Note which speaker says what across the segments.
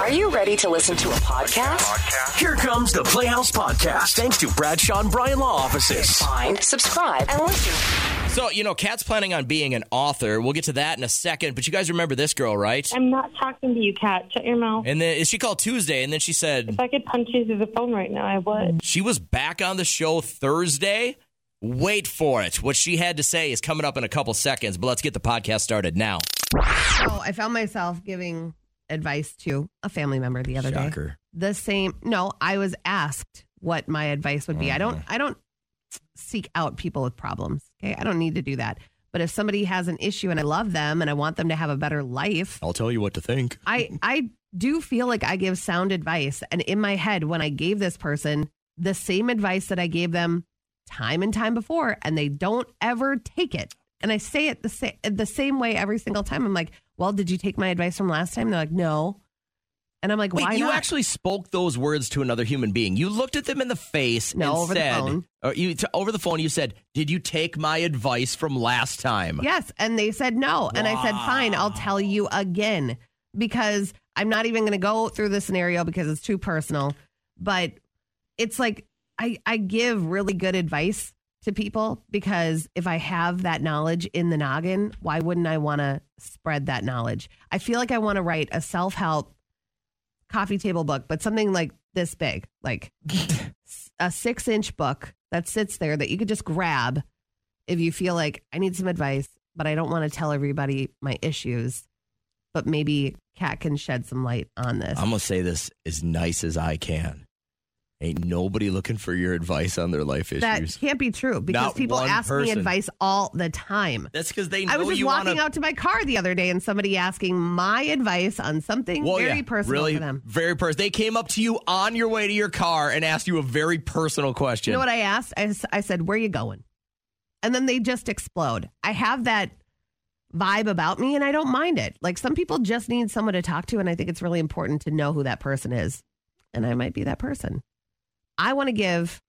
Speaker 1: Are you ready to listen to a podcast?
Speaker 2: Here comes the Playhouse Podcast, thanks to Bradshaw and Bryan Law Offices.
Speaker 1: Find, subscribe, and listen.
Speaker 3: So, you know, Kat's planning on being an author. We'll get to that in a second, but you guys remember this girl, right?
Speaker 4: I'm not talking to you, Kat. Shut your mouth.
Speaker 3: And then she called Tuesday, and then she said
Speaker 4: If I could punch you through the phone right now, I would.
Speaker 3: she was back on the show Thursday. Wait for it. What she had to say is coming up in a couple seconds, but let's get the podcast started now.
Speaker 5: So Oh, I found myself giving advice to a family member the other day. The same. No, I was asked what my advice would be. I don't.
Speaker 3: Mm-hmm.
Speaker 5: I don't seek out people with problems. Okay, I don't need to do that. But if somebody has an issue and I love them and I want them to have a better life,
Speaker 3: I'll tell you what to think.
Speaker 5: I I do feel like I give sound advice. And in my head, when I gave this person the same advice that I gave them time and time before, and they don't ever take it. And I say it the same the same way every single time. I'm like, "Well, did you take my advice from last time?" And they're like, "No." And I'm like,
Speaker 3: Wait,
Speaker 5: "Why
Speaker 3: you
Speaker 5: not?"
Speaker 3: actually spoke those words to another human being. You looked at them in the face
Speaker 5: No,
Speaker 3: and
Speaker 5: over the
Speaker 3: said,
Speaker 5: phone.
Speaker 3: Or you, t- over the phone, you said, Did you take my advice from last time?
Speaker 5: Yes. And they said no. And I said, fine, I'll tell you again because I'm not even going to go through the scenario because it's too personal. But it's like I, I give really good advice to people because if I have that knowledge in the noggin, why wouldn't I want to spread that knowledge? I feel like I want to write a self help coffee table book, but something like this big, like a six inch book that sits there that you could just grab if you feel like I need some advice, but I don't want to tell everybody my issues. But maybe Kat can shed some light on this.
Speaker 3: I'm going to say this as nice as I can. Ain't nobody looking for your advice on their life issues.
Speaker 5: that can't be true because
Speaker 3: Not
Speaker 5: people
Speaker 3: one
Speaker 5: ask me
Speaker 3: person.
Speaker 5: advice all the time.
Speaker 3: That's because they know
Speaker 5: I was just
Speaker 3: you
Speaker 5: walking
Speaker 3: wanna,
Speaker 5: out to my car the other day and somebody asking my advice on something
Speaker 3: Well,
Speaker 5: very
Speaker 3: yeah,
Speaker 5: personal
Speaker 3: really,
Speaker 5: to them.
Speaker 3: Very personal. They came up to you on your way to your car and asked you a very personal question.
Speaker 5: You know what I asked? I, s- I said, "Where you going?" And then they just explode. I have that vibe about me, and I don't mind it. Like some people just need someone to talk to, and I think it's really important to know who that person is. And I might be that person. I want to give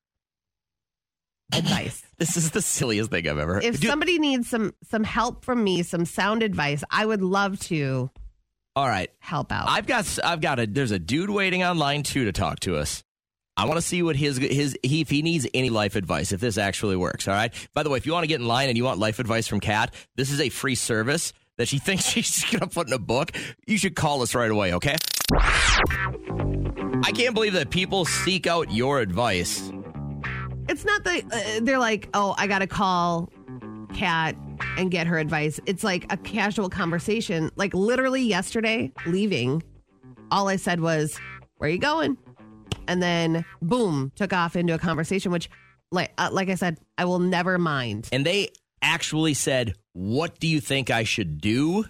Speaker 5: advice.
Speaker 3: this is the silliest thing I've ever heard.
Speaker 5: If
Speaker 3: Do-
Speaker 5: somebody needs some some help from me, some sound advice, I would love to
Speaker 3: All right.
Speaker 5: help out.
Speaker 3: I've got s- I've got a there's a dude waiting on line two to talk to us. I want to see what his his he, if he needs any life advice if this actually works. All right. By the way, if you want to get in line and you want life advice from Kat, this is a free service that she thinks she's gonna put in a book. You should call us right away. Okay. I can't believe that people seek out your advice.
Speaker 5: it's not the uh, they're like oh i gotta call kat and get her advice it's like a casual conversation like literally yesterday leaving all i said was where you going and then boom took off into a conversation which like uh, like i said i will never mind
Speaker 3: and they actually said, "What do you think I should do?"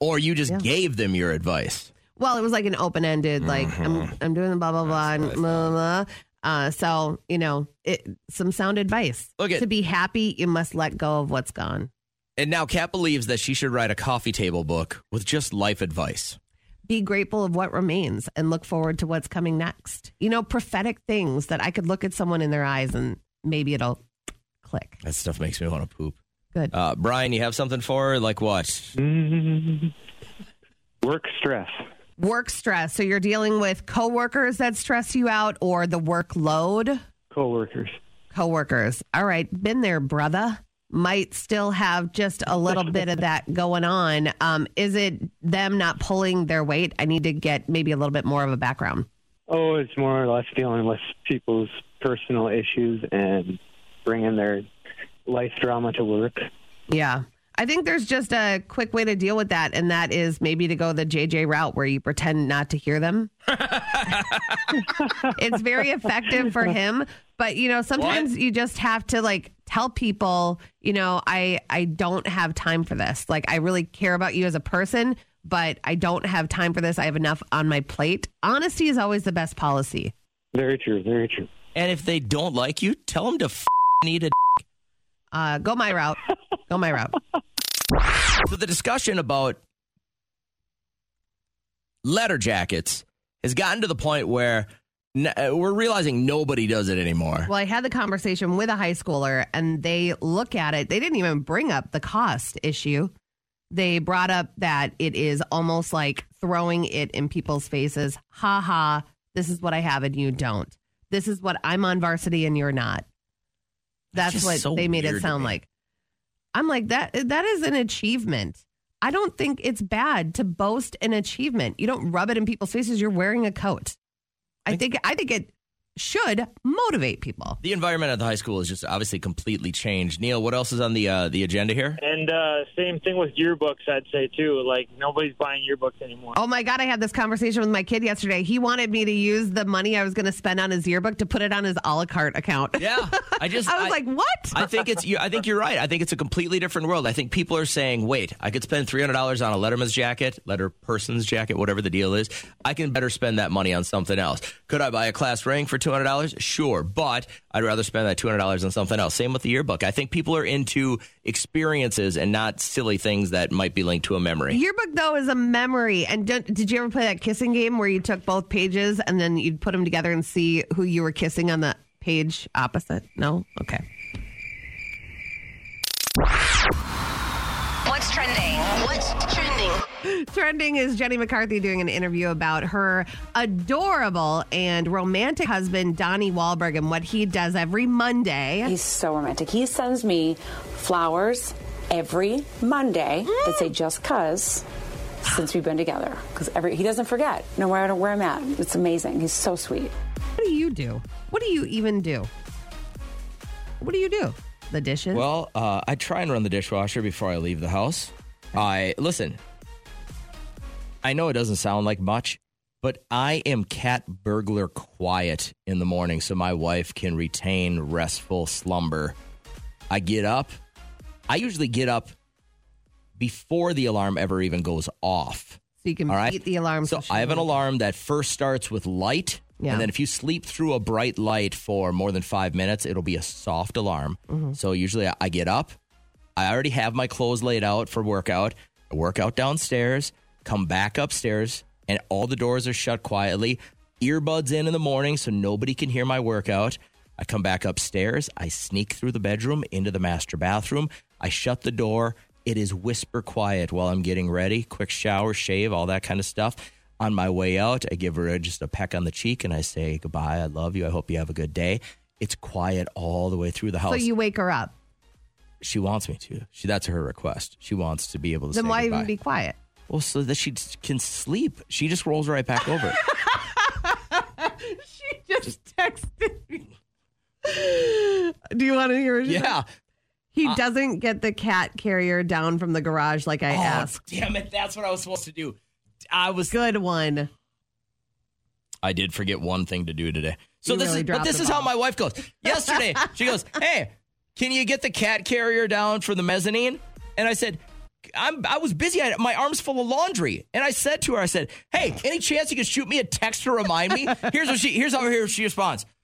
Speaker 3: Or you just
Speaker 5: Yeah.
Speaker 3: gave them your advice.
Speaker 5: well it was like an open-ended like i'm i'm doing the blah blah blah and blah, blah, blah. Uh, so you know it, some sound advice
Speaker 3: Look at-
Speaker 5: to be happy you must let go of what's gone
Speaker 3: And now Kat believes that she should write a coffee table book with just life advice.
Speaker 5: be grateful of what remains and look forward to what's coming next. You know, prophetic things that I could look at someone in their eyes and maybe it'll click.
Speaker 3: That stuff makes me want to poop.
Speaker 5: Good.
Speaker 3: Uh, Brian, you have something for her? Like what?
Speaker 6: Work stress.
Speaker 5: Work stress. So you're dealing with coworkers that stress you out or the workload.
Speaker 6: Coworkers.
Speaker 5: Coworkers. All right, been there, brother. Might still have just a little bit of that going on. Um, is it them not pulling their weight? I need to get maybe a little bit more of a background.
Speaker 6: Oh, it's more or less dealing with people's personal issues and bringing their life drama to work.
Speaker 5: Yeah. I think there's just a quick way to deal with that, and that is maybe to go the JJ route where you pretend not to hear them. it's very effective for him, but you know, sometimes you just have to like tell people, you know, I I don't have time for this. Like I really care about you as a person, but I don't have time for this. I have enough on my plate. Honesty is always the best policy.
Speaker 6: Very true. Very true.
Speaker 3: And if they don't like you, tell them to f- need a.
Speaker 5: Uh, go my route. Go my route.
Speaker 3: So the discussion about letter jackets has gotten to the point where n- uh, we're realizing nobody does it anymore.
Speaker 5: Well, I had the conversation with a high schooler, and they look at it. They didn't even bring up the cost issue. They brought up that it is almost like throwing it in people's faces. Ha ha, this is what I have and you don't. This is what I'm on varsity and you're not.
Speaker 3: That's
Speaker 5: That's
Speaker 3: just
Speaker 5: what
Speaker 3: so
Speaker 5: they made
Speaker 3: weird
Speaker 5: it
Speaker 3: to
Speaker 5: sound
Speaker 3: me.
Speaker 5: like. I'm like that that is an achievement. I don't think it's bad to boast an achievement. You don't rub it in people's faces. You're wearing a coat. I think I think it should motivate people.
Speaker 3: The environment at the high school is just obviously completely changed. Neil, what else is on the uh, the agenda here?
Speaker 7: And uh, same thing with yearbooks, I'd say too. Like nobody's buying yearbooks anymore.
Speaker 5: Oh my God, I had this conversation with my kid yesterday. He wanted me to use the money I was going to spend on his yearbook to put it on his a la carte account.
Speaker 3: Yeah, I just
Speaker 5: I was like, what?
Speaker 3: I think it's. you- I think you're right. I think it's a completely different world. I think people are saying, "Wait, I could spend three hundred dollars on a Letterman's jacket, letter person's jacket, whatever the deal is. I can better spend that money on something else. Could I buy a class ring for two hundred dollars? Sure, but I'd rather spend that two hundred dollars on something else. Same with the yearbook. I think people are into experiences and not silly things that might be linked to a memory.
Speaker 5: Yearbook though is a memory. And don't, did you ever play that kissing game where you took both pages and then you'd put them together and see who you were kissing on the page opposite? No, okay.
Speaker 8: What's trending? What's trending?
Speaker 5: Trending is Jenny McCarthy doing an interview about her adorable and romantic husband Donnie Wahlberg and what he does every Monday.
Speaker 9: He's so romantic. He sends me flowers every Monday that say just cuz since we've been together cuz every he doesn't forget no matter where I'm at. It's amazing. He's so sweet.
Speaker 5: What do you do? What do you even do? What do you do? The dishes?
Speaker 3: Well, uh, I try and run the dishwasher before I leave the house. I listen. I know it doesn't sound like much, but I am cat burglar quiet in the morning so my wife can retain restful slumber. I get up. I usually get up before the alarm ever even goes off.
Speaker 5: so you can
Speaker 3: All right.
Speaker 5: beat the alarm.
Speaker 3: So
Speaker 5: she
Speaker 3: I have an
Speaker 5: won't-
Speaker 3: alarm that first starts with light.
Speaker 5: Yeah.
Speaker 3: And then if you sleep through a bright light for more than five minutes, it'll be a soft alarm.
Speaker 5: Mm-hmm.
Speaker 3: So usually I- I get up. I already have my clothes laid out for workout. I work out downstairs, come back upstairs, and all the doors are shut quietly. Earbuds in in the morning so nobody can hear my workout. I come back upstairs. I sneak through the bedroom into the master bathroom. I shut the door. It is whisper quiet while I'm getting ready. Quick shower, shave, all that kind of stuff. On my way out, I give her just a peck on the cheek and I say, Goodbye. I love you. I hope you have a good day. It's quiet all the way through the house
Speaker 5: So you wake her up.
Speaker 3: she wants me to. She that's her request. She wants to be able to.
Speaker 5: Then
Speaker 3: say
Speaker 5: why
Speaker 3: goodbye.
Speaker 5: even be quiet?
Speaker 3: Well, so that she just can sleep. She just rolls right back over.
Speaker 5: She just texted me. Do you want to hear? What she said?
Speaker 3: yeah. Uh,
Speaker 5: He doesn't get the cat carrier down from the garage like
Speaker 3: Oh,
Speaker 5: I asked.
Speaker 3: damn it! That's what I was supposed to do. I was.
Speaker 5: Good one.
Speaker 3: I did forget one thing to do today. So
Speaker 5: You
Speaker 3: this
Speaker 5: really
Speaker 3: is. But
Speaker 5: dropped
Speaker 3: this
Speaker 5: the
Speaker 3: is how
Speaker 5: ball.
Speaker 3: my wife goes. Yesterday, she goes, "Hey, can you get the cat carrier down for the mezzanine?" And I said. I'm, I was busy. I had my arms full of laundry, and I said to her, "I said, hey, any chance you could shoot me a text to remind me?" Here's what she. Here's how here she responds.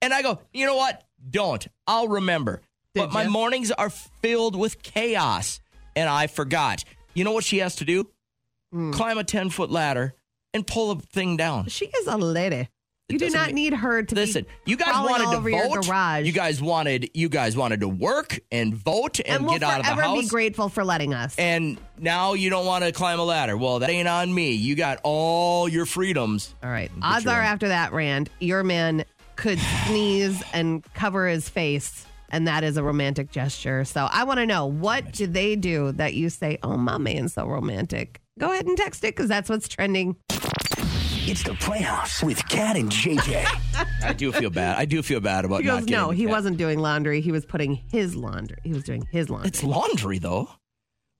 Speaker 3: And I go, you know what? Don't. I'll remember. but my
Speaker 5: ya?
Speaker 3: mornings are filled with chaos, and I forgot. You know what she has to do?
Speaker 5: Mm.
Speaker 3: Climb a 10 foot ladder and pull a thing down.
Speaker 5: She is a lady. You do
Speaker 3: doesn't
Speaker 5: not
Speaker 3: mean-
Speaker 5: need her to be
Speaker 3: Listen, you guys
Speaker 5: crawling
Speaker 3: wanted
Speaker 5: all
Speaker 3: to
Speaker 5: over your
Speaker 3: vote.
Speaker 5: garage.
Speaker 3: You guys wanted you guys wanted to work and vote and,
Speaker 5: and we'll
Speaker 3: get out of the
Speaker 5: forever
Speaker 3: house.
Speaker 5: be grateful for letting us.
Speaker 3: And now you don't want to climb a ladder. Well, that ain't on me. You got all your freedoms.
Speaker 5: All right. Odds
Speaker 3: your
Speaker 5: are
Speaker 3: own.
Speaker 5: after that, Rand, your man could sneeze and cover his face, and that is a romantic gesture. So I want to know what do they do that you say, "Oh, my man's so romantic." Go ahead and text it because that's what's trending.
Speaker 2: It's the playoffs with Cat and JJ.
Speaker 3: I do feel bad. I do feel bad about
Speaker 5: He
Speaker 3: not
Speaker 5: goes,
Speaker 3: getting
Speaker 5: "No,
Speaker 3: the
Speaker 5: he
Speaker 3: cat.
Speaker 5: wasn't doing laundry. He was putting his laundry. He was doing his laundry
Speaker 3: It's laundry, though.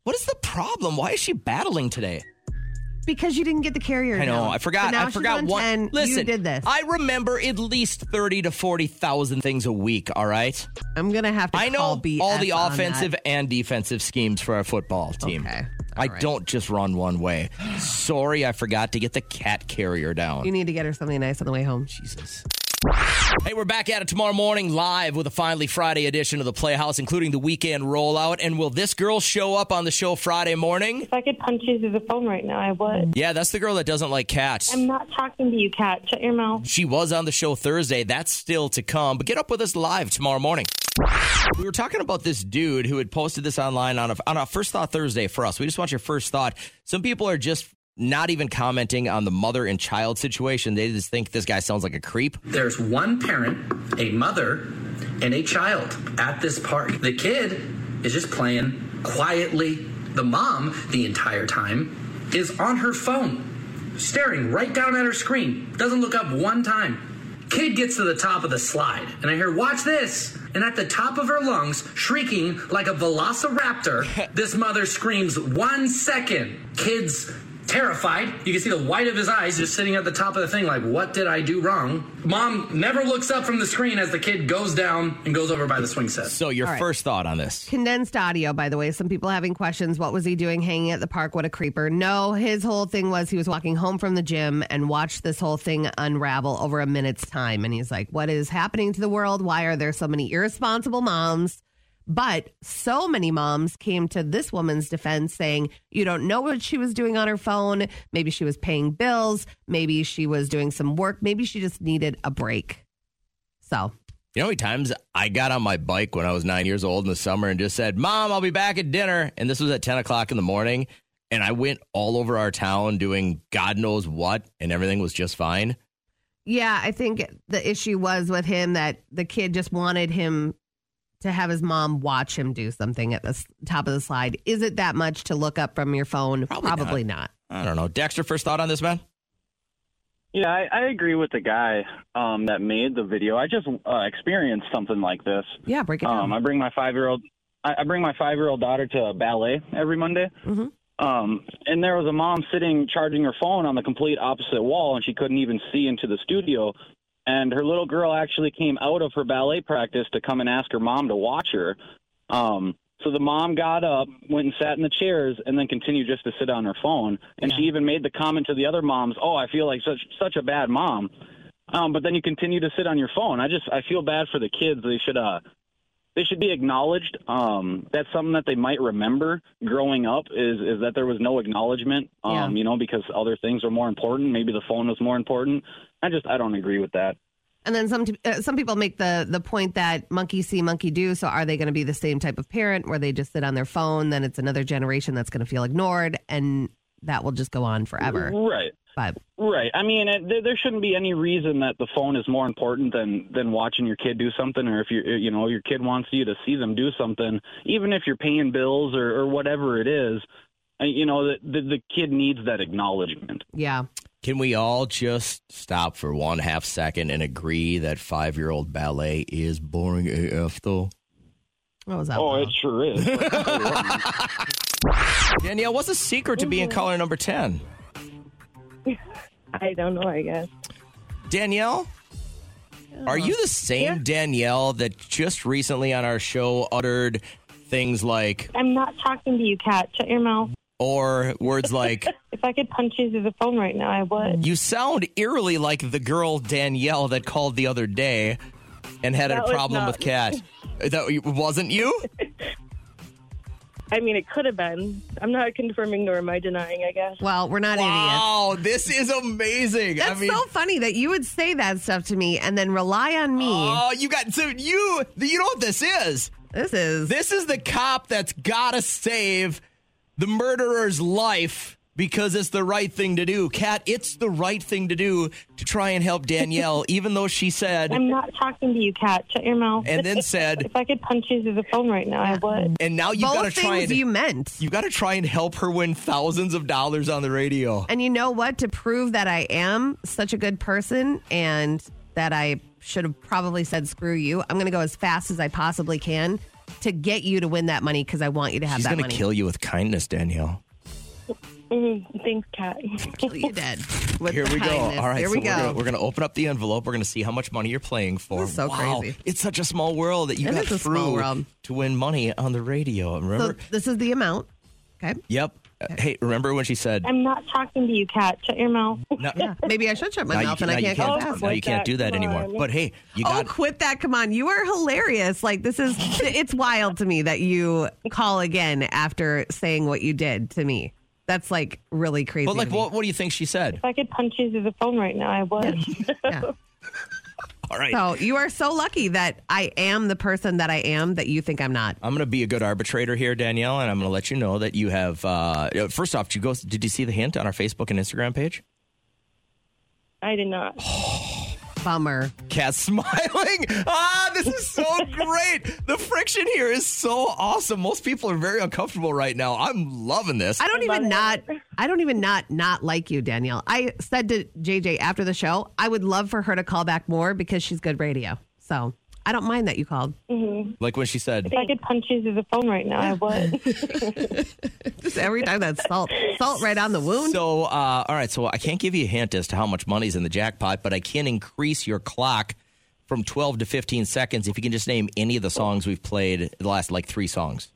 Speaker 3: What is the problem? Why is she battling today?
Speaker 5: because you didn't get the carrier."
Speaker 3: I know.
Speaker 5: down.
Speaker 3: I
Speaker 5: So
Speaker 3: forgot.
Speaker 5: now
Speaker 3: I
Speaker 5: she's
Speaker 3: forgot
Speaker 5: on
Speaker 3: one.
Speaker 5: 10.
Speaker 3: Listen,
Speaker 5: you did this. I,
Speaker 3: I remember at least thirty to forty thousand things a week. All right.
Speaker 5: am gonna have to.
Speaker 3: I
Speaker 5: call
Speaker 3: know
Speaker 5: BS
Speaker 3: all the
Speaker 5: on that.
Speaker 3: offensive and defensive schemes for our football team.
Speaker 5: Okay. All
Speaker 3: I
Speaker 5: right.
Speaker 3: don't just run one way. Sorry, I forgot to get the cat carrier down.
Speaker 5: You need to get her something nice on the way home.
Speaker 3: Jesus. Hey, we're back at it tomorrow morning live with a Finally Friday edition of the Playhouse, including the weekend rollout. And will this girl show up on the show Friday morning?
Speaker 4: If I could punch you through the phone right now, I would.
Speaker 3: Yeah, that's the girl that doesn't like cats.
Speaker 4: I'm not talking to you, Kat. Shut your mouth.
Speaker 3: She was on the show Thursday. That's still to come. But get up with us live tomorrow morning. We were talking about this dude who had posted this online on a, on a First Thought Thursday for us. We just want your first thought. Some people are just not even commenting on the mother and child situation. They just think this guy sounds like a creep.
Speaker 10: There's one parent, a mother, and a child at this park. The kid is just playing quietly. The mom, the entire time, is on her phone, staring right down at her screen, doesn't look up one time. Kid gets to the top of the slide, and I hear, Watch this! And at the top of her lungs, shrieking like a velociraptor, this mother screams, One second! Kid's terrified. You can see the white of his eyes just sitting at the top of the thing, like, what did I do wrong? Mom never looks up from the screen as the kid goes down and goes over by the swing set.
Speaker 3: So, your
Speaker 5: All right.
Speaker 3: first thought on this?
Speaker 5: Condensed audio, by the way. Some people having questions. What was he doing hanging at the park? What a creeper. No, his whole thing was he was walking home from the gym and watched this whole thing unravel over a minute's time. And he's like, What is happening to the world? Why are there so many irresponsible moms? But so many moms came to this woman's defense saying, You don't know what she was doing on her phone. Maybe she was paying bills. Maybe she was doing some work. Maybe she just needed a break. So
Speaker 3: You know how many times I got on my bike when I was nine years old in the summer and just said, Mom, I'll be back at dinner. And this was at 10 o'clock in the morning. And I went all over our town doing God knows what, and everything was just fine.
Speaker 5: Yeah, I think the issue was with him that the kid just wanted him to have his mom watch him do something at the s- top of the slide. Is it that much to look up from your phone?
Speaker 3: Probably not.
Speaker 5: not.
Speaker 3: I don't know. Dexter, first thought on this, man?
Speaker 7: Yeah, I, I agree with the guy um, that made the video. I just uh, experienced something like this.
Speaker 5: Yeah, break it down.
Speaker 7: Um, I bring my five year old. I I bring my five year old daughter to ballet every Monday.
Speaker 5: Mhm.
Speaker 7: Um, and there was a mom sitting charging her phone on the complete opposite wall, and she couldn't even see into the studio. And her little girl actually came out of her ballet practice to come and ask her mom to watch her. Um, so the mom got up, went and sat in the chairs, and then continued just to sit on her phone. And she even made the comment to the other moms, "Oh, I feel like such such a bad mom." Um, but then you continue to sit on your phone. I just I feel bad for the kids. They should uh they should be acknowledged. Um, that's something that they might remember growing up is is that there was no acknowledgement. Um,
Speaker 5: Yeah.
Speaker 7: you know, because other things were more important. Maybe the phone was more important. I just I don't agree with that.
Speaker 5: And then some uh, some people make the the point that monkey see, monkey do. So are they going to be the same type of parent where they just sit on their phone? Then it's another generation that's going to feel ignored, and that will just go on forever.
Speaker 7: Right.
Speaker 5: But
Speaker 7: Right. I mean, it, there, there shouldn't be any reason that the phone is more important than than watching your kid do something, or if you you know your kid wants you to see them do something, even if you're paying bills or, or whatever it is. uh, You know, the, the the kid needs that acknowledgement.
Speaker 5: yeah,
Speaker 3: Can we all just stop for one half second and agree that five year old ballet is boring AF though?
Speaker 5: what was that?
Speaker 7: Oh,
Speaker 5: about?
Speaker 7: it sure is.
Speaker 3: Danielle, what's the secret to
Speaker 4: Mm-hmm.
Speaker 3: being color number 10?
Speaker 4: I don't know, I guess.
Speaker 3: Danielle? Are you the same Danielle that just recently on our show uttered things like,
Speaker 4: I'm not talking to you, Kat. Shut your mouth.
Speaker 3: or words like,
Speaker 4: If I could punch you through the phone right now, I would.
Speaker 3: you sound eerily like the girl Danielle that called the other day and had
Speaker 4: That
Speaker 3: a
Speaker 4: was
Speaker 3: problem
Speaker 4: not-
Speaker 3: with Kat? That wasn't you?
Speaker 4: I mean, it could have been. I'm not confirming nor am I denying, I guess.
Speaker 5: Well, we're not idiots.
Speaker 3: Wow, this is amazing.
Speaker 5: That's
Speaker 3: I mean,
Speaker 5: so funny that you would say that stuff to me and then rely on me.
Speaker 3: oh, you got so you you know what this is?
Speaker 5: this is
Speaker 3: This is the cop that's got to save the murderer's life because it's the right thing to do. Kat, it's the right thing to do to try and help Danielle, even though she said
Speaker 4: I'm not talking to you, Kat. Shut your mouth.
Speaker 3: and then said, Mm.
Speaker 4: if I could punch you through the phone right now, I would.
Speaker 3: and now you've got to
Speaker 5: both
Speaker 3: try and
Speaker 5: things you
Speaker 3: you-
Speaker 5: meant.
Speaker 3: have got to try and help her win thousands of dollars on the radio.
Speaker 5: And you know what? To prove that I am such a good person and that I should have probably said screw you, I'm going to go as fast as I possibly can to get you to win that money because I want you to have
Speaker 3: She's
Speaker 5: that
Speaker 3: going to
Speaker 5: money.
Speaker 3: kill you with kindness, Danielle.
Speaker 4: Mhm. Thanks, Kat.
Speaker 5: Kill you dead. with
Speaker 3: Here
Speaker 5: the
Speaker 3: we go.
Speaker 5: kindness.
Speaker 3: All right,
Speaker 5: Here
Speaker 3: so
Speaker 5: we
Speaker 3: we're gonna-
Speaker 5: go.
Speaker 3: We're going to open up the envelope. We're going to see how much money you're playing for.
Speaker 5: This is so
Speaker 3: Wow.
Speaker 5: crazy.
Speaker 3: It's such a small world that you
Speaker 5: It
Speaker 3: got
Speaker 5: is a small
Speaker 3: through
Speaker 5: world.
Speaker 3: to win money on the radio. Remember?
Speaker 5: so this is the amount. Okay.
Speaker 3: Yep. Uh, Hey, remember when she said,
Speaker 4: I'm not talking to you, Cat. Shut your mouth.
Speaker 3: "No,
Speaker 5: Yeah. Maybe I should shut my
Speaker 3: now you
Speaker 5: mouth
Speaker 3: can-
Speaker 5: and
Speaker 3: now
Speaker 5: I
Speaker 3: you
Speaker 5: can't go
Speaker 3: can't,
Speaker 5: fast.
Speaker 3: now you can't do that
Speaker 4: Come
Speaker 3: anymore."
Speaker 4: on.
Speaker 3: But hey, you
Speaker 5: Oh,
Speaker 3: got
Speaker 5: quit that. Come on. You are hilarious. Like, this is, it's wild to me that you call again after saying what you did to me. That's like really crazy.
Speaker 3: But like
Speaker 5: to me.
Speaker 4: Oh.
Speaker 3: what what do you think she said?
Speaker 4: If I could punch you through the phone right now, I would.
Speaker 5: Yeah.
Speaker 3: All All right.
Speaker 5: So you are so lucky that I am the person that I am that you think I'm not.
Speaker 3: I'm going to be a good arbitrator here, Danielle, and I'm going to let you know that you have. Uh, uh, first off, did you go? Did you see the hint on our Facebook and Instagram page?
Speaker 4: I did not.
Speaker 5: Bummer.
Speaker 3: Cat's smiling. Ah, this is so great. The friction here is so awesome. Most people are very uncomfortable right now. I'm loving this.
Speaker 5: I don't even not I don't even not not like you, Danielle. I said to JJ after the show, I would love for her to call back more because she's good radio. So I don't mind that you called.
Speaker 3: Like when she said,
Speaker 4: If I could punch you through the phone right now, I would.
Speaker 5: Just every time that's salt salt right on the wound.
Speaker 3: So, uh, all right. So, I can't give you a hint as to how much money's in the jackpot, but I can increase your clock from 12 to 15 seconds if you can just name any of the songs we've played the last like three songs.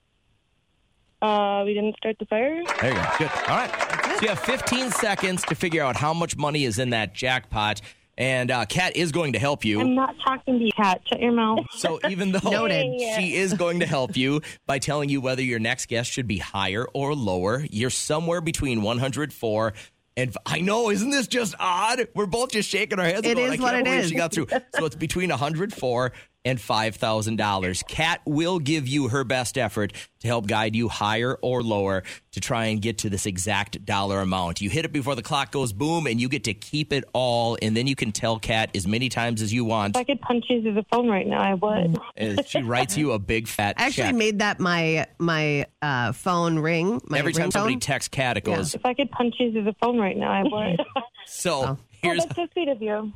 Speaker 4: Uh, we didn't start the fire.
Speaker 3: There you go. Good. All right. So, you have 15 seconds to figure out how much money is in that jackpot. And uh, Kat is going to help
Speaker 4: I'm
Speaker 3: you.
Speaker 4: not talking to you, Kat. Shut your mouth.
Speaker 3: So, even though
Speaker 5: Noted.
Speaker 3: she is going to help you by telling you whether your next guess should be higher or lower, you're somewhere between 104 and I know, isn't this just odd? We're both just shaking our heads.
Speaker 5: It
Speaker 3: going,
Speaker 5: is
Speaker 3: I can't
Speaker 5: what it
Speaker 3: believe
Speaker 5: is.
Speaker 3: She got through. So it's between 104 and five thousand dollars. Kat will give you her best effort to help guide you higher or lower to try and get to this exact dollar amount. You hit it before the clock goes boom, and you get to keep it all, and then you can tell Kat as many times as you want.
Speaker 4: If I could punch you through the phone right now, I would.
Speaker 3: As she writes you a big fat
Speaker 5: I actually
Speaker 3: check.
Speaker 5: made that my my uh, phone ring. My
Speaker 3: Every time
Speaker 5: ringtone.
Speaker 3: somebody texts Kat, it goes.
Speaker 4: If I could punch you through the phone right now, I would. oh,
Speaker 3: So here's.
Speaker 4: that's so sweet of you.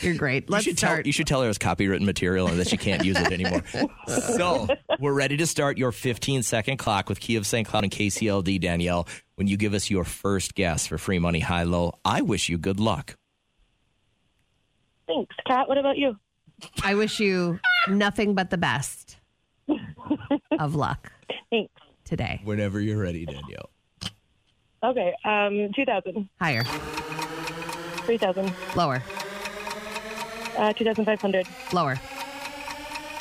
Speaker 5: You're great.
Speaker 3: You
Speaker 5: Let's
Speaker 3: should, tell,
Speaker 5: start.
Speaker 3: you should tell her it's copywritten material and that she can't use it anymore. so we're ready to start your 15 second clock with Key of St. Cloud and KCLD, Danielle. When you give us your first guess for free money high low, I wish you good luck.
Speaker 4: Thanks, Kat. What about you?
Speaker 5: I wish you nothing but the best of luck
Speaker 4: Thanks.
Speaker 5: today.
Speaker 3: Whenever you're ready, Danielle.
Speaker 4: Okay, um, 2,000,
Speaker 5: Higher,
Speaker 4: 3,000,
Speaker 5: lower,
Speaker 4: uh, 2,500,
Speaker 5: lower,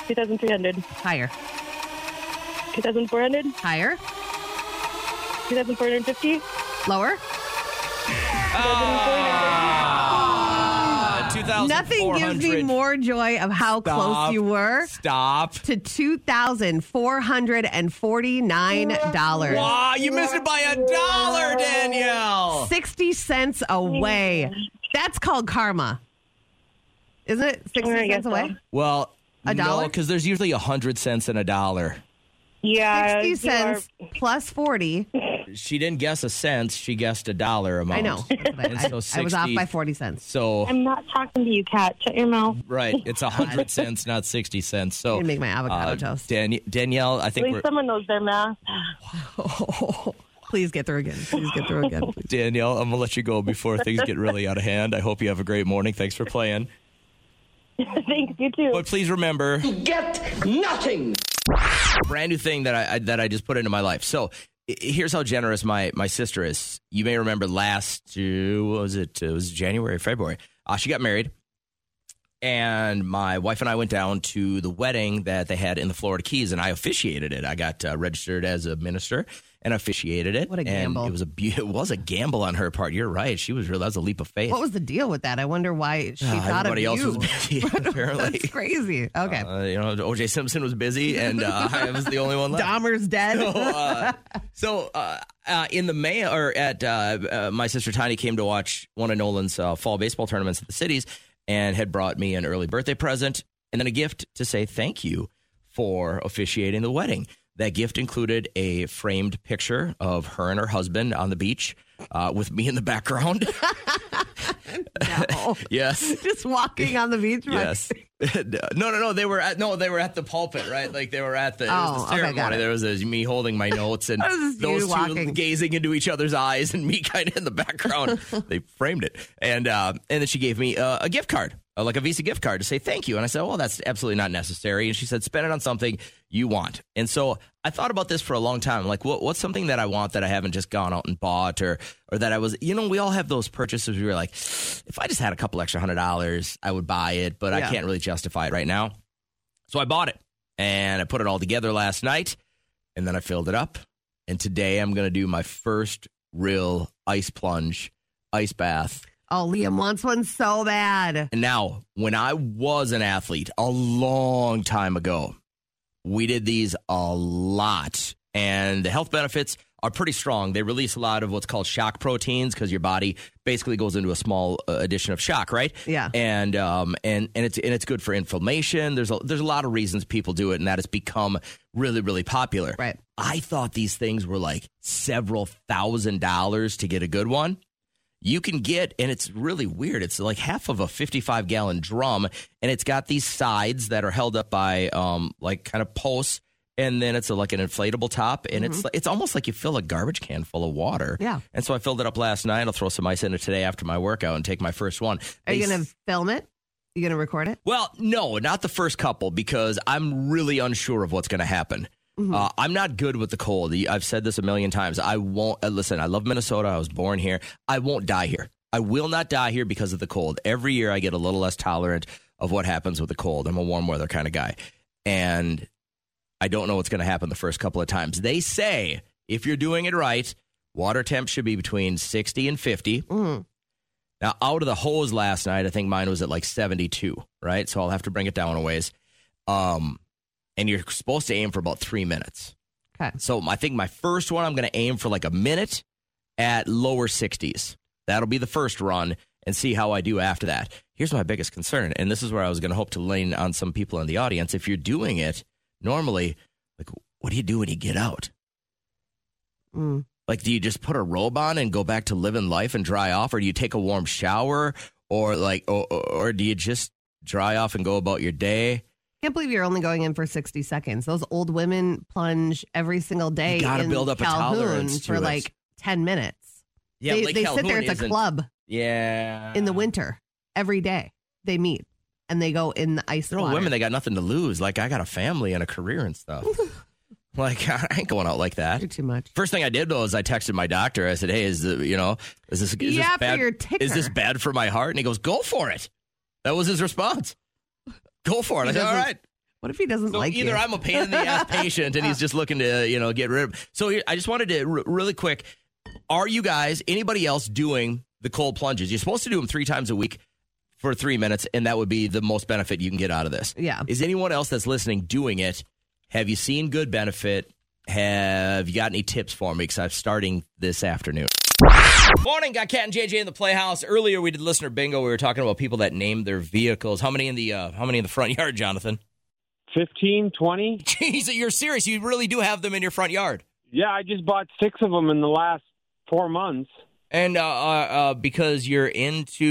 Speaker 4: 2,300,
Speaker 5: higher,
Speaker 4: 2,400,
Speaker 5: higher,
Speaker 4: 2,450.
Speaker 5: lower. Nothing gives me more joy of how close you were
Speaker 3: Stop.
Speaker 5: to two thousand four hundred and forty nine dollars.
Speaker 3: Wow, Ah, you missed it by a dollar, Danielle.
Speaker 5: 60 cents away. That's called karma. Isn't it 60
Speaker 4: I guess
Speaker 5: cents away?
Speaker 4: so.
Speaker 3: Well,
Speaker 5: A dollar?
Speaker 3: because there's usually a hundred cents in a dollar.
Speaker 4: Yeah.
Speaker 5: 60
Speaker 4: you
Speaker 5: cents plus 40.
Speaker 3: She didn't guess a cent. She guessed a dollar amount.
Speaker 5: I know. That's what I-
Speaker 3: And
Speaker 5: I,
Speaker 3: so
Speaker 5: I was off
Speaker 3: 60
Speaker 5: by 40 cents.
Speaker 3: So
Speaker 4: are- I'm not talking to you, Kat. Shut your mouth.
Speaker 3: right, it's a hundred cents, not sixty cents. So uh,
Speaker 5: I'm gonna make my avocado toast.
Speaker 3: Dan- Danielle, I
Speaker 4: At
Speaker 3: think
Speaker 4: least
Speaker 3: we're,
Speaker 4: someone knows their math.
Speaker 5: Please get through again. Please get through again. please.
Speaker 3: Danielle, I'm gonna let you go before things get really out of hand. I hope you have a great morning. Thanks for playing.
Speaker 4: Thanks, you too.
Speaker 3: But please remember,
Speaker 2: Get nothing.
Speaker 3: brand new thing that I, I that I just put into my life. So i- here's how generous my my sister is. You may remember last uh, what was it? It was January, February. Uh, she got married, and my wife and I went down to the wedding that they had in the Florida Keys, and I officiated it. I got uh, registered as a minister and officiated it.
Speaker 5: What a
Speaker 3: And
Speaker 5: gamble.
Speaker 3: it was a be- it was a gamble on her part. You're right. She was real. That was a leap of faith.
Speaker 5: What was the deal with that? I wonder why she
Speaker 3: Uh,
Speaker 5: thought
Speaker 3: everybody
Speaker 5: of
Speaker 3: else
Speaker 5: you.
Speaker 3: was busy apparently.
Speaker 5: That's crazy. Okay.
Speaker 3: Uh, you know, OJ Simpson was busy, and uh, I was the only one left.
Speaker 5: Dahmer's dead.
Speaker 3: So, uh, so uh, uh, in the May or at uh, uh, my sister Tiny came to watch one of Nolan's uh, fall baseball tournaments at the cities, and had brought me an early birthday present and then a gift to say thank you for officiating the wedding. That gift included a framed picture of her and her husband on the beach, uh, with me in the background.
Speaker 5: No.
Speaker 3: yes.
Speaker 5: Just walking on the beach.
Speaker 3: Yes. no, no, no. They were at no. They were at the pulpit, right? Like they were at the, it was
Speaker 5: Oh,
Speaker 3: the
Speaker 5: okay, got
Speaker 3: ceremony.
Speaker 5: it.
Speaker 3: there was a, me holding my notes and
Speaker 5: It was just you
Speaker 3: those two
Speaker 5: walking.
Speaker 3: gazing into each other's eyes, and me kind of in the background. they framed it, and uh, and then she gave me uh, a gift card, uh, like a Visa gift card, to say thank you. And I said, well, that's absolutely not necessary. And she said, spend it on something you want. And so I thought about this for a long time. Like, what what's something that I want that I haven't just gone out and bought, or or that I was, you know, we all have those purchases. We were like, if I just had a couple extra hundred dollars, I would buy it, but I
Speaker 5: Yeah.
Speaker 3: can't really justify it right now. So I bought it and I put it all together last night and then I filled it up. And today I'm going to do my first real ice plunge, ice bath
Speaker 5: Oh, Liam wants one so bad.
Speaker 3: And now, when I was an athlete a long time ago, we did these a lot. And the health benefits are pretty strong. They release a lot of what's called shock proteins because your body basically goes into a small uh, addition of shock, right?
Speaker 5: Yeah.
Speaker 3: And um and and it's and it's good for inflammation. There's a there's a lot of reasons people do it, and that has become really really popular.
Speaker 5: Right.
Speaker 3: I thought these things were like several thousand dollars to get a good one you can get, and it's really weird. It's like half of a 55 gallon drum, and it's got these sides that are held up by um, like kind of posts, and then it's a, like an inflatable top, and it's
Speaker 5: Mhm.
Speaker 3: like it's almost like you fill a garbage can full of water.
Speaker 5: Yeah.
Speaker 3: And so I filled it up last night. I'll throw some ice in it today after my workout and take my first one.
Speaker 5: Are
Speaker 3: They
Speaker 5: you going to film it? You going to record it?
Speaker 3: well, no, not the first couple because I'm really unsure of what's going to happen. Uh, I'm not good with the cold. I've said this a million times. I won't uh, listen. I love Minnesota. I was born here. I won't die here. I will not die here because of the cold. Every year, I get a little less tolerant of what happens with the cold. I'm a warm weather kind of guy, and I don't know what's going to happen the first couple of times. They say if you're doing it right, water temp should be between 60 and 50.
Speaker 5: Mm,
Speaker 3: Now, out of the hose last night, I think mine was at like 72, right? So I'll have to bring it down a ways. Um, and you're supposed to aim for about three minutes.
Speaker 5: Okay.
Speaker 3: So I think my first one, I'm going to aim for like a minute at lower 60s. That'll be the first run and see how I do after that. Here's my biggest concern. And this is where I was going to hope to lean on some people in the audience. If you're doing it normally, like, what do you do when you get out?
Speaker 5: Mm.
Speaker 3: Like, do you just put a robe on and go back to living life and dry off, or do you take a warm shower, or like, or, or or do you just dry off and go about your day?
Speaker 5: Can't believe you're only going in for 60 seconds. Those old women plunge every single day.
Speaker 3: You gotta
Speaker 5: in
Speaker 3: build up a
Speaker 5: Calhoun
Speaker 3: tolerance to
Speaker 5: for
Speaker 3: it.
Speaker 5: like 10 minutes.
Speaker 3: Yeah,
Speaker 5: they
Speaker 3: Lake
Speaker 5: they sit
Speaker 3: Calhoun
Speaker 5: there. It's a
Speaker 3: isn't- uh,
Speaker 5: club
Speaker 3: Yeah,
Speaker 5: in the winter every day. They meet and they go in the ice
Speaker 3: They're all
Speaker 5: water.
Speaker 3: women. They got nothing to lose. Like, I got a family and a career and stuff. like, I ain't going out like that.
Speaker 5: You're too much.
Speaker 3: First thing I did though is I texted my doctor. I said, "Hey, is the, you know is this is
Speaker 5: Yeah,
Speaker 3: this
Speaker 5: for
Speaker 3: bad?
Speaker 5: your
Speaker 3: is this
Speaker 5: ticker.
Speaker 3: bad for my heart?" And he goes, "Go for it." That was his response. Go for it. I
Speaker 5: He
Speaker 3: said, "All
Speaker 5: doesn't
Speaker 3: right."
Speaker 5: What if he doesn't
Speaker 3: So
Speaker 5: like
Speaker 3: either
Speaker 5: you?
Speaker 3: I'm a pain in the ass patient and he's just looking to you know get rid of. So here, I just wanted to r- really quick. Are you guys anybody else doing the cold plunges? You're supposed to do them three times a week for three minutes, and that would be the most benefit you can get out of this.
Speaker 5: Yeah.
Speaker 3: Is anyone else that's listening doing it? Have you seen good benefit? Have you got any tips for me? Because I'm starting this afternoon. Morning, got Cat and JJ in the Playhouse. Earlier, we did listener bingo. We were talking about people that named their vehicles. How many in the uh, how many in the front yard, Jonathan?
Speaker 6: 15, 20?
Speaker 3: Jeez, you're serious. You really do have them in your front yard.
Speaker 6: Yeah, I just bought six of them in the last four months.
Speaker 3: And uh, uh, uh, because you're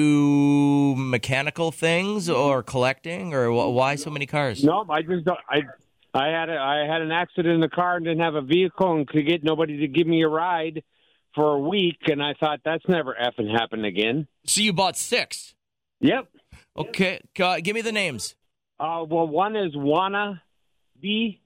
Speaker 3: into mechanical things
Speaker 6: Mm-hmm.
Speaker 3: or collecting, or wh- why so many cars?
Speaker 6: Nope, I just don't- I I had a, I had an accident in the car and didn't have a vehicle and could get nobody to give me a ride for a week, and I thought that's never effing happened again.
Speaker 3: So you bought six.
Speaker 6: Yep.
Speaker 3: Okay, uh, give me the names.
Speaker 6: Uh, well, one is Wana B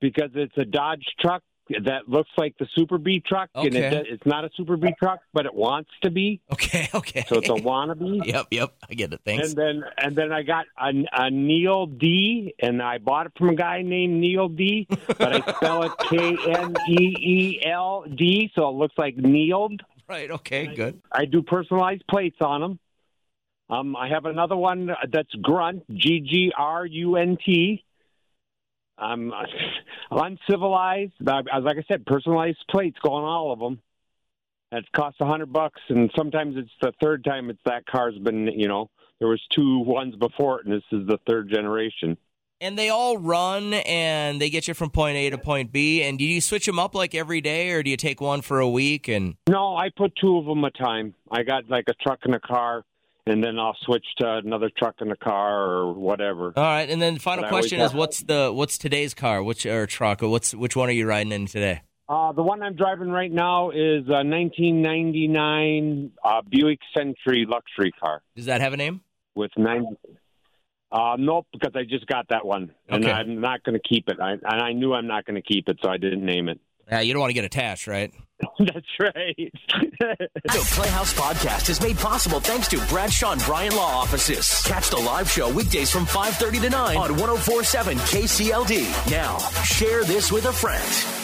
Speaker 6: because it's a Dodge truck that looks like the Super B truck, and
Speaker 3: Okay.
Speaker 6: it, does- it's not a Super B truck, but it wants to be,
Speaker 3: Okay, okay.
Speaker 6: so it's a wannabe.
Speaker 3: yep, yep. I get it. Thanks.
Speaker 6: And uh, then and then I got a, a Neil D, and I bought it from a guy named Neil D, but I spell it K N E E L D, so it looks like Neil.
Speaker 3: right. Okay. Good.
Speaker 6: I do personalized plates on them. Um, I have another one that's Grunt, G G R U N T. I'm uh, uncivilized. but I- Like I said, personalized plates go on all of them. That costs a hundred bucks, and sometimes it's the third time it's that car's been. You know, there was two ones before it, and this is the third generation.
Speaker 3: And they all run, and they get you from point A to point B. And do you switch them up like every day, or do you take one for a week? And
Speaker 6: No, I put two of them a time. I got like a truck and a car, and then I'll switch to another truck and a car or whatever.
Speaker 3: all right. And then the final
Speaker 6: But I always
Speaker 3: question is,
Speaker 6: have-
Speaker 3: what's the what's today's car? Which or truck? Or what's which one are you riding in today?
Speaker 6: Uh, the one I'm driving right now is a 1999 uh, Buick Century luxury car
Speaker 3: Does that have a name?
Speaker 6: with 90. Uh, nope, because I just got that one, and
Speaker 3: Okay.
Speaker 6: I'm not going to keep it. I, and I knew I'm not going to keep it, so I didn't name it.
Speaker 3: Yeah, you don't want to get attached, right?
Speaker 6: That's right.
Speaker 2: The Playhouse Podcast is made possible thanks to Bradshaw and Bryan Law Offices. Catch the live show weekdays oh from 5.30 to 9 on 104.7 KCLD. Now, share this with a friend.